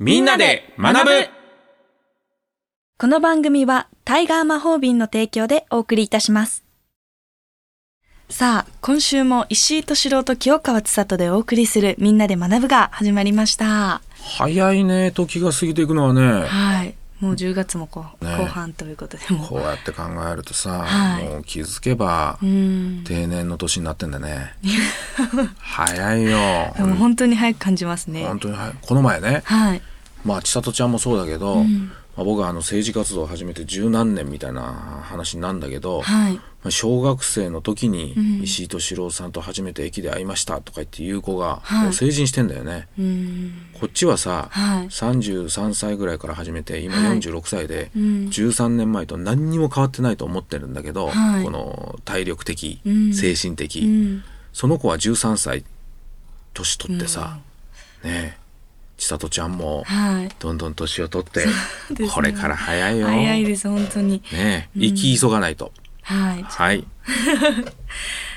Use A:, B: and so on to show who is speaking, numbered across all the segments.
A: みんなで学ぶ
B: この番組はタイガー魔法瓶の提供でお送りいたします。さあ、今週も石井敏郎と清川千里でお送りするみんなで学ぶが始まりました。
A: 早いね時が過ぎていくのはね
B: はい。もう10月もこう、
A: ね
B: 後半ということでも
A: こうやって考えるとさ、
B: はい
A: もう気づけば
B: う。うん。
A: 定年の年になってんだね早いよ
B: でも本当に早く感じますね
A: 本。当に早いこの前ね
B: はい。
A: まあ千里ちゃんもそうだけど、まあ、僕はあの政治活動を始めて十何年みたいな話なんだけど、
B: はい。
A: まあ小学生の時に石井敏郎さんと初めて駅で会いましたとか言って言う子が
B: はい
A: もう成人してんだよね、
B: うん。
A: こっちはさ、
B: はい。
A: 33歳ぐらいから始めて今
B: はい
A: 46歳で、
B: うん。
A: 13年前と何にも変わってないと思ってるんだけど、
B: はい
A: この体力的、
B: うん
A: 精神的、
B: うん。
A: その子は13歳年取ってさ、ねえ千里ちゃんも
B: はい。
A: どんどん年を取って、
B: うですね
A: これから早いよ。
B: 早いです、本当に。
A: ねえ生き急がないと。
B: はい。
A: はい、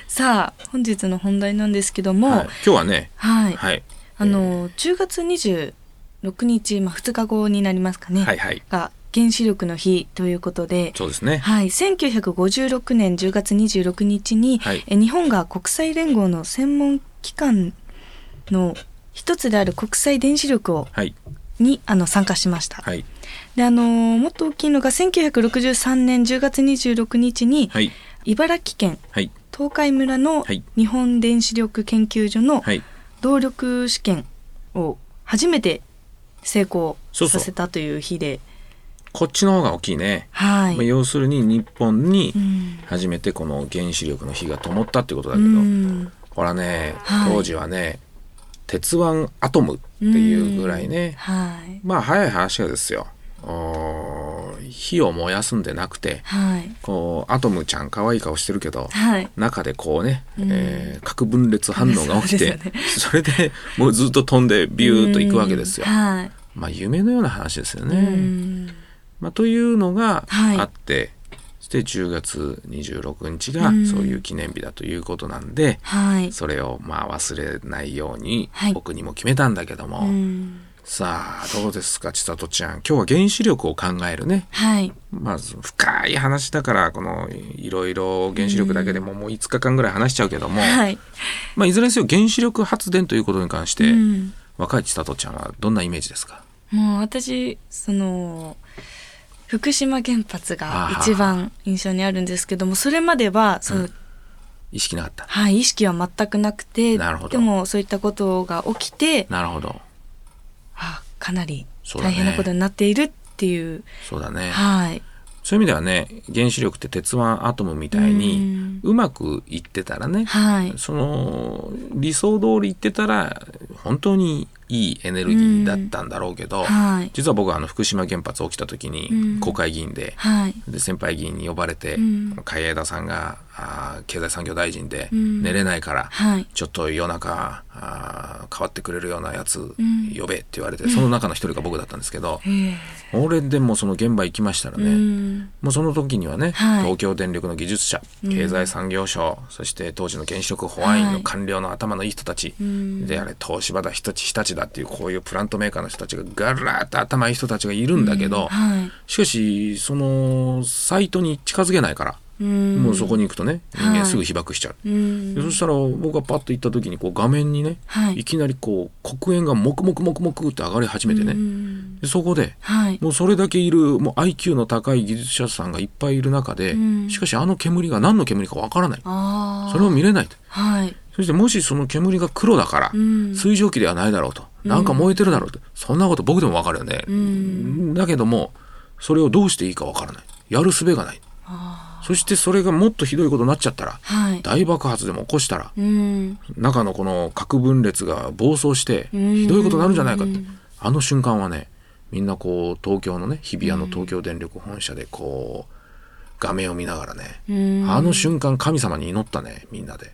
B: さあ、本日の本題なんですけども、
A: はい。今日はね、
B: はい。
A: はい、
B: あの、10月26日、まあ、2日後になりますかね、
A: はいはい、
B: が原子力の日ということで、
A: そうですね。
B: はい、1956年10月26日に、
A: はい
B: え日本が国際連合の専門機関の一つである国際電子力を
A: はい、
B: にあの参加しました。
A: はい、
B: であのもっと大きいのが1963年10月26日に、
A: はい、
B: 茨城県
A: はい、
B: 東海村の
A: はい
B: 日本電子力研究所の
A: はい、
B: 動力試験を初めて成功
A: そうそ
B: さ
A: う
B: せたという日で
A: こっちの方が大きいね。
B: は
A: まあ
B: い、
A: 要するに日本に
B: うん
A: 初めてこの原子力の火が灯ったってことだ
B: う
A: けど、
B: ん
A: ほらね、
B: はい
A: 当時はね、鉄腕アトムっていうぐらいね、
B: はい
A: まあ早い話がですよ。おー火を燃やすんでなくて、
B: はい
A: こう、アトムちゃん可愛い顔してるけど、
B: はい
A: 中でこうね、
B: うん
A: えー核分裂反応が起きて、
B: そう
A: それでもうずっと飛んでビューッと行くわけですよ
B: う。んはい
A: まあ夢のような話ですよね。
B: うん
A: まあ、というのが
B: はい
A: あって、そして10月26日が
B: うん
A: そういう記念日だということなんで、
B: はい
A: それをまあ忘れないように
B: はい
A: 僕にも決めたんだけども、
B: うん
A: さあどうですか千里ちゃん今日は原子力を考えるね
B: はい
A: まず深い話だからこのいろいろ原子力だけでももう5日間ぐらい話しちゃうけども、
B: はい
A: まあ、いずれにせよ原子力発電ということに関して、
B: うん
A: 若い千里ちゃんはどんなイメージですか
B: もう私その福島原発が一番印象にあるんですけどもそれまではその、
A: 意識なかった
B: はい意識は全くなくて
A: なるほど
B: でもそういったことが起きて
A: なるほど
B: あかなり
A: そうだ
B: 大
A: ね
B: 変なことになっているっていう
A: そうだね
B: はい
A: そういう意味ではね原子力って鉄腕アトムみたいにうまくいってたらね、
B: はい
A: その理想通りいってたら本当にいいエネルギーだったんだろうけど、
B: はい
A: 実は僕はあの福島原発起きた時
B: うん
A: に国会議員で,、
B: はい
A: で先輩議員に呼ばれて、
B: うん
A: 海江田さんがあー経済産業大臣で
B: うん
A: 寝れないから、
B: はい
A: ちょっと夜中あー変わってくれるようなやつ
B: ん
A: 呼べって言われて、その中の一人が僕だったんですけど、
B: ええ
A: 俺でもその現場行きましたらね、
B: うん
A: もうその時にはね、
B: はい
A: 東京電力の技術者、経済産業省、そして当時の原子力保安院の官僚の頭のいい人たち、
B: うん
A: であれ東芝だ日立日立だっていうこういうプラントメーカーの人たちがガラッと頭いい人たちがいるんだけど、
B: は
A: しかしそのサイトに近づけないから、
B: いうん
A: もうそこに行くとね人間
B: はい
A: すぐ被爆しちゃう。
B: うん
A: でそしたら僕がパッと行った時にこう画面にね、
B: はい
A: いきなりこう黒煙がもくもくもくもくって上がり始めてね、
B: うん
A: でそこで
B: はい
A: もうそれだけいるもう IQ の高い技術者さんがいっぱいいる中で、
B: うん
A: しかしあの煙が何の煙かわからない
B: ああ
A: それを見れないと
B: はい
A: そしてもしその煙が黒だから、
B: うん
A: 水蒸気ではないだろうとなんか燃えてるだろうと、そんなこと僕でもわかるよね、
B: ん
A: だけどもそれをどうしていいかわからないやる術がない
B: あ
A: そしてそれがもっとひどいことになっちゃったら
B: ーはい
A: 大爆発でも起こしたら
B: うん
A: 中のこの核分裂が暴走して
B: うん
A: ひどいことになるんじゃないかってあの瞬間はねみんなこう東京のね日比谷の東京電力本社でこう画面を見ながらね
B: うん
A: あの瞬間神様に祈ったねみんなで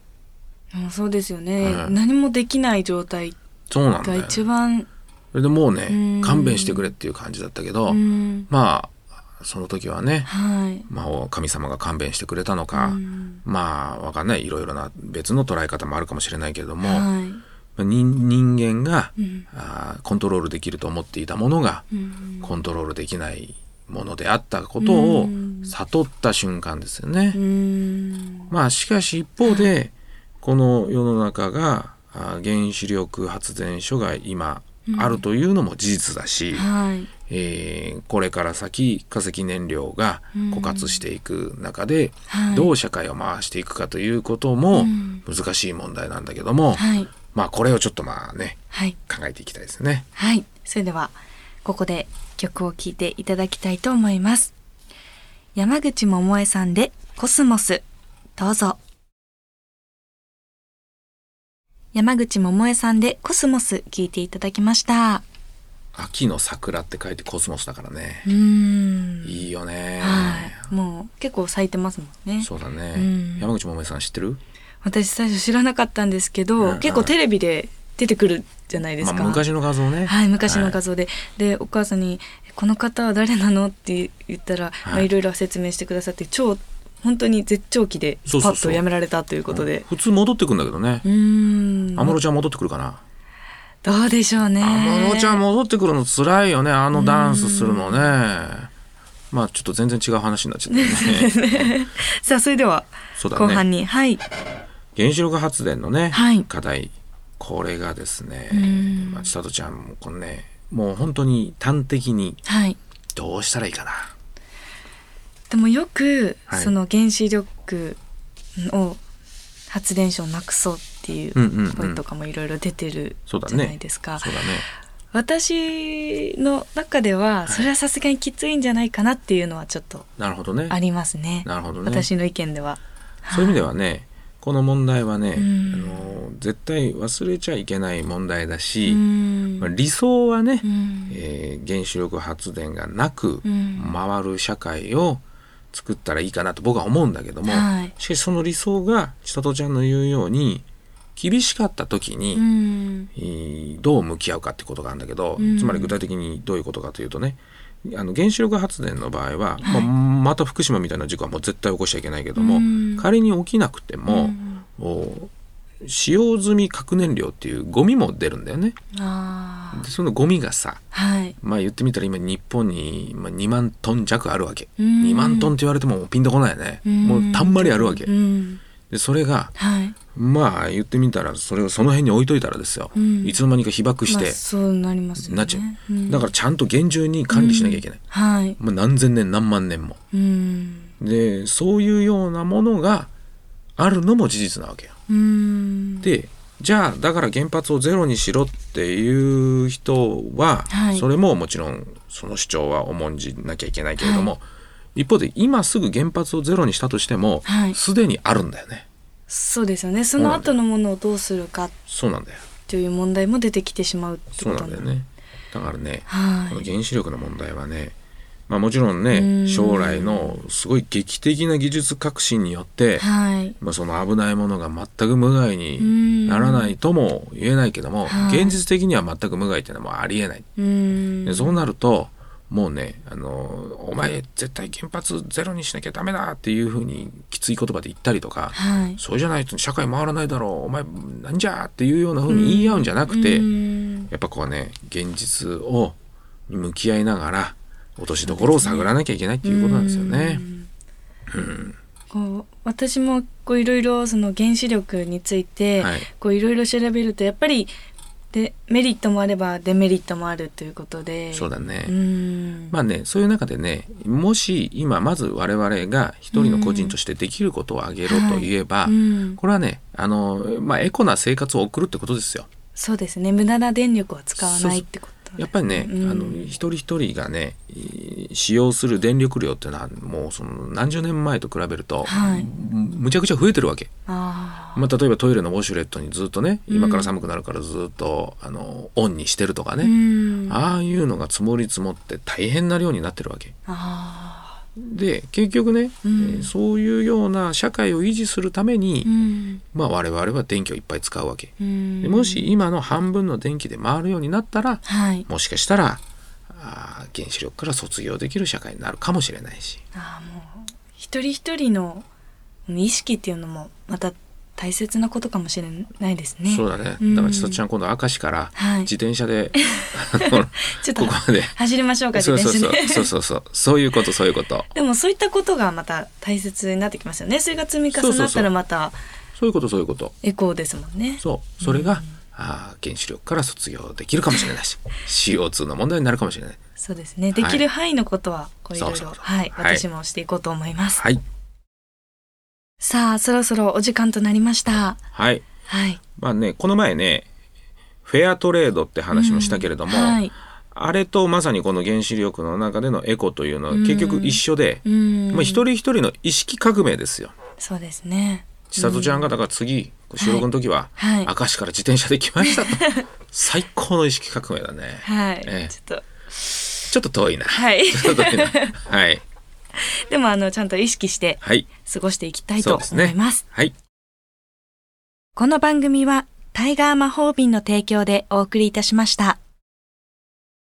B: うんそうですよね、
A: はい
B: 何もできない状態
A: そうなんだ
B: が
A: よ
B: 一番
A: それでもう
B: うん
A: ね勘弁してくれっていう感じだったけど
B: うん
A: まあその時はね
B: はい
A: まあ神様が勘弁してくれたの
B: う
A: か
B: ん
A: まあわかんないいろいろな別の捉え方もあるかもしれないけれども
B: はい
A: まあ人人間が、
B: うん
A: あーコントロールできると思っていたものが、
B: うん
A: コントロールできないものであったことを
B: うん
A: 悟った瞬間ですよね。
B: うん
A: まあしかし一方でこの世の中があ原子力発電所が今あるというのも事実だし、
B: はい
A: えーこれから先化石燃料が枯渇していく中で
B: はい
A: どう社会を回していくかということも
B: うん
A: 難しい問題なんだけども、
B: はい
A: まあこれをちょっとまあね
B: はい
A: 考えていきたいですね。
B: はいそれではここで曲を聴いていただきたいと思います山口百恵さんでコスモスどうぞ山口百恵さんでコスモス聴いていただきました
A: 秋の桜って書いてコスモスだからね
B: う。ーん
A: いいよね。
B: はいもう結構咲いてますもんね
A: そうだ
B: う
A: ね
B: ん。
A: 山口百恵さん知ってる
B: 私最初知らなかったんですけど、
A: うんうん
B: 結構テレビで出てくるじゃないですか、
A: まあ、昔の画像ね。
B: はい、昔の
A: はい
B: 画像で、でお母さんにえ「この方は誰なの?」って言ったら、
A: はい
B: まあ、いろいろ説明してくださって超本当に絶頂期でパ
A: そうそう
B: ッ
A: そ
B: と
A: う
B: やめられたということで
A: 普通戻ってくんだけどね
B: う。ーん
A: 安室ちゃん戻ってくるかな。
B: どうでしょうね
A: 安室ちゃん戻ってくるの辛いよね。あのダンスするのね。まあちょっと全然違う話になっちゃ ったね。
B: さあそれでは
A: そうだね
B: 後半に、はい
A: 原子力発電のね、
B: はい
A: 課題。これがですね
B: ん、
A: まあ、千里ちゃんもこのね、もう本当に端的に
B: はい
A: どうしたらいいかな。
B: でもよく、
A: はい
B: その原子力を発電所をなくそうっていう
A: うんうんうん
B: 声とかもいろいろ出てる
A: そうだ
B: じ
A: ね
B: ゃないですか、
A: そうだね。
B: 私の中ではそれはさすがにきついんじゃないかなっていうのはちょっと
A: なるほどね。
B: ありますね。
A: なるほどね。
B: 私の意見では。
A: そういう意味ではね、この問題はね、あ
B: うん
A: の絶対忘れちゃいけない問題だ
B: う
A: し、
B: ん
A: まあ、理想はね、
B: うん
A: えー原子力発電がなく
B: うん
A: 回る社会を作ったらいいかなと僕は思うんだけども、
B: はい
A: しかしその理想が千里ちゃんの言うように厳しかった時に、
B: うん
A: えーどう向き合うかってことがあるんだけど、
B: うん
A: つまり具体的にどういうことかというとねあの原子力発電の場合は、
B: はい
A: まあまた福島みたいな事故はもう絶対起こしちゃいけないけども、
B: うん
A: 仮に起きなくても、
B: うん
A: お使用済み核燃料っていうゴミも出るんだよね。
B: あー
A: でそのゴミがさ
B: はい。
A: まあ言ってみたら今日本にまあ2万トン弱あるわけ。
B: うん
A: 2万トンって言われてももうピンとこないよね。
B: うん
A: もうたんまりあるわけ
B: う。ん
A: で、それが、
B: はい。
A: まあ言ってみたらそれをその辺に置いといたらですよ。
B: うん
A: いつの間にか被爆し
B: ま
A: て
B: あ、そうなりますよね。
A: なっちゃう。
B: ん
A: だからちゃんと厳重に管理しなきゃいけない。
B: はい。
A: もう何千年何万年も。
B: うん
A: で、そういうようなものがあるのも事実なわけよ。
B: うん
A: でじゃあだから原発をゼロにしろっていう人は、
B: はい
A: それももちろんその主張は重んじなきゃいけないけれども、一方で今すぐ原発をゼロにしたとしても
B: はい
A: すで、にあるんだよね
B: そうですよね。その後のものをどうするか
A: そうなんだよ
B: という問題も出てきてしまうって
A: そ
B: こ
A: うな
B: と
A: んだよ。ねだからね、
B: は
A: この
B: い。
A: 原子力の問題はねまあもちろん
B: うん
A: ね将来のすごい劇的な技術革新によって、
B: はい。
A: まあ、その危ないものが全く無害
B: うん
A: にならないとも言えないけども、
B: はい
A: 現実的には全く無害っていうのはもうありえない
B: うん
A: でそうなるともうねあの「お前絶対原発ゼロにしなきゃダメだ」っていうふうにきつい言葉で言ったりとか
B: はい
A: 「そうじゃないと社会回らないだろうお前なんじゃ」っていうようなふうに言い合うんじゃなくて
B: うん
A: やっぱこうね現実をに向き合いながら落としどころを探らなきゃいけないっていうことなんですよね。
B: こう私もこういろいろその原子力について
A: はい
B: こういろいろ調べるとやっぱりでメリットもあればデメリットもあるということで
A: そうだ
B: う
A: ね
B: ん
A: まあね、そういう中でねもし今まず我々が一人の個人としてできることを挙げろと言えば、
B: うん
A: これはねあの、まあ、エコな生活を送るってことですよ。
B: そうですね無駄な電力は使わないってこと
A: やっぱりね、
B: うん
A: あの一人一人がねい使用する電力量っていうのはもうその何十年前と比べると、
B: はい
A: むむちゃくちゃ増えてるわけ、
B: あ
A: まあ、例えばトイレのウォシュレットにずっとね
B: うん
A: 今から寒くなるからずっとあのオンにしてるとか
B: あ
A: ね、
B: うん
A: ああいうのが積もり積もって大変な量になってるわけ
B: あ
A: で結局ね、
B: うん
A: えーそういうような社会を維持するために、
B: うん
A: まあ、我々は電気をいっぱい使うわけ
B: うん
A: でもし今の半分の電気で回るようになったら
B: はい
A: もしかしたらあー原子力から卒業できる社会になるかもしれないし
B: ああもう一人一人の意識っていうのもまた大切なことかもしれないですね。
A: そうだね
B: うん。
A: だから、ちとちゃん今度、明石から
B: はい
A: 自転車 で、あの
B: ちょっと
A: ここまで。
B: 走りましょうか自
A: そう
B: 転
A: そうそ
B: 車
A: う
B: で。
A: そうそうそうそういうことそういうこと
B: でもそういったことがまた大切になってきますよね。それが積み重
A: そうそ
B: な
A: う
B: った
A: そう
B: らまた
A: そういうことそういうこと
B: エコーですもんね。
A: そうそれが、あー原子力から卒業できるかもしれないし CO2 の問題になるかもしれない
B: そうですね。できる範囲のことはこういろい
A: そう
B: ろ
A: そうそう
B: はい
A: はい
B: 私もしていこうと思います。
A: はい
B: さあそろそろお時間となりました。
A: はい
B: はい。
A: まあねこの前ねフェアトレードって話もしたけれども、
B: うんはい。
A: あれとまさにこの原子力の中でのエコというのは
B: うん
A: 結局一緒で、
B: うん。
A: まあ、一人一人の意識革命ですよ。
B: そうですね。
A: 千里ちゃんがだから次収録の時は、
B: はい
A: 明石から自転車で来ましたと 最高の意識革命だね
B: はい。
A: ええ
B: ちょっと
A: ちょっと遠いな
B: はい。
A: ちょっと遠いな はい
B: でもあのちゃんと意識して
A: はい
B: 過ごしていきたい
A: そ
B: と
A: うです
B: 思
A: ね
B: います。
A: はい
B: この番組はタイガー魔法瓶の提供でお送りいたしました。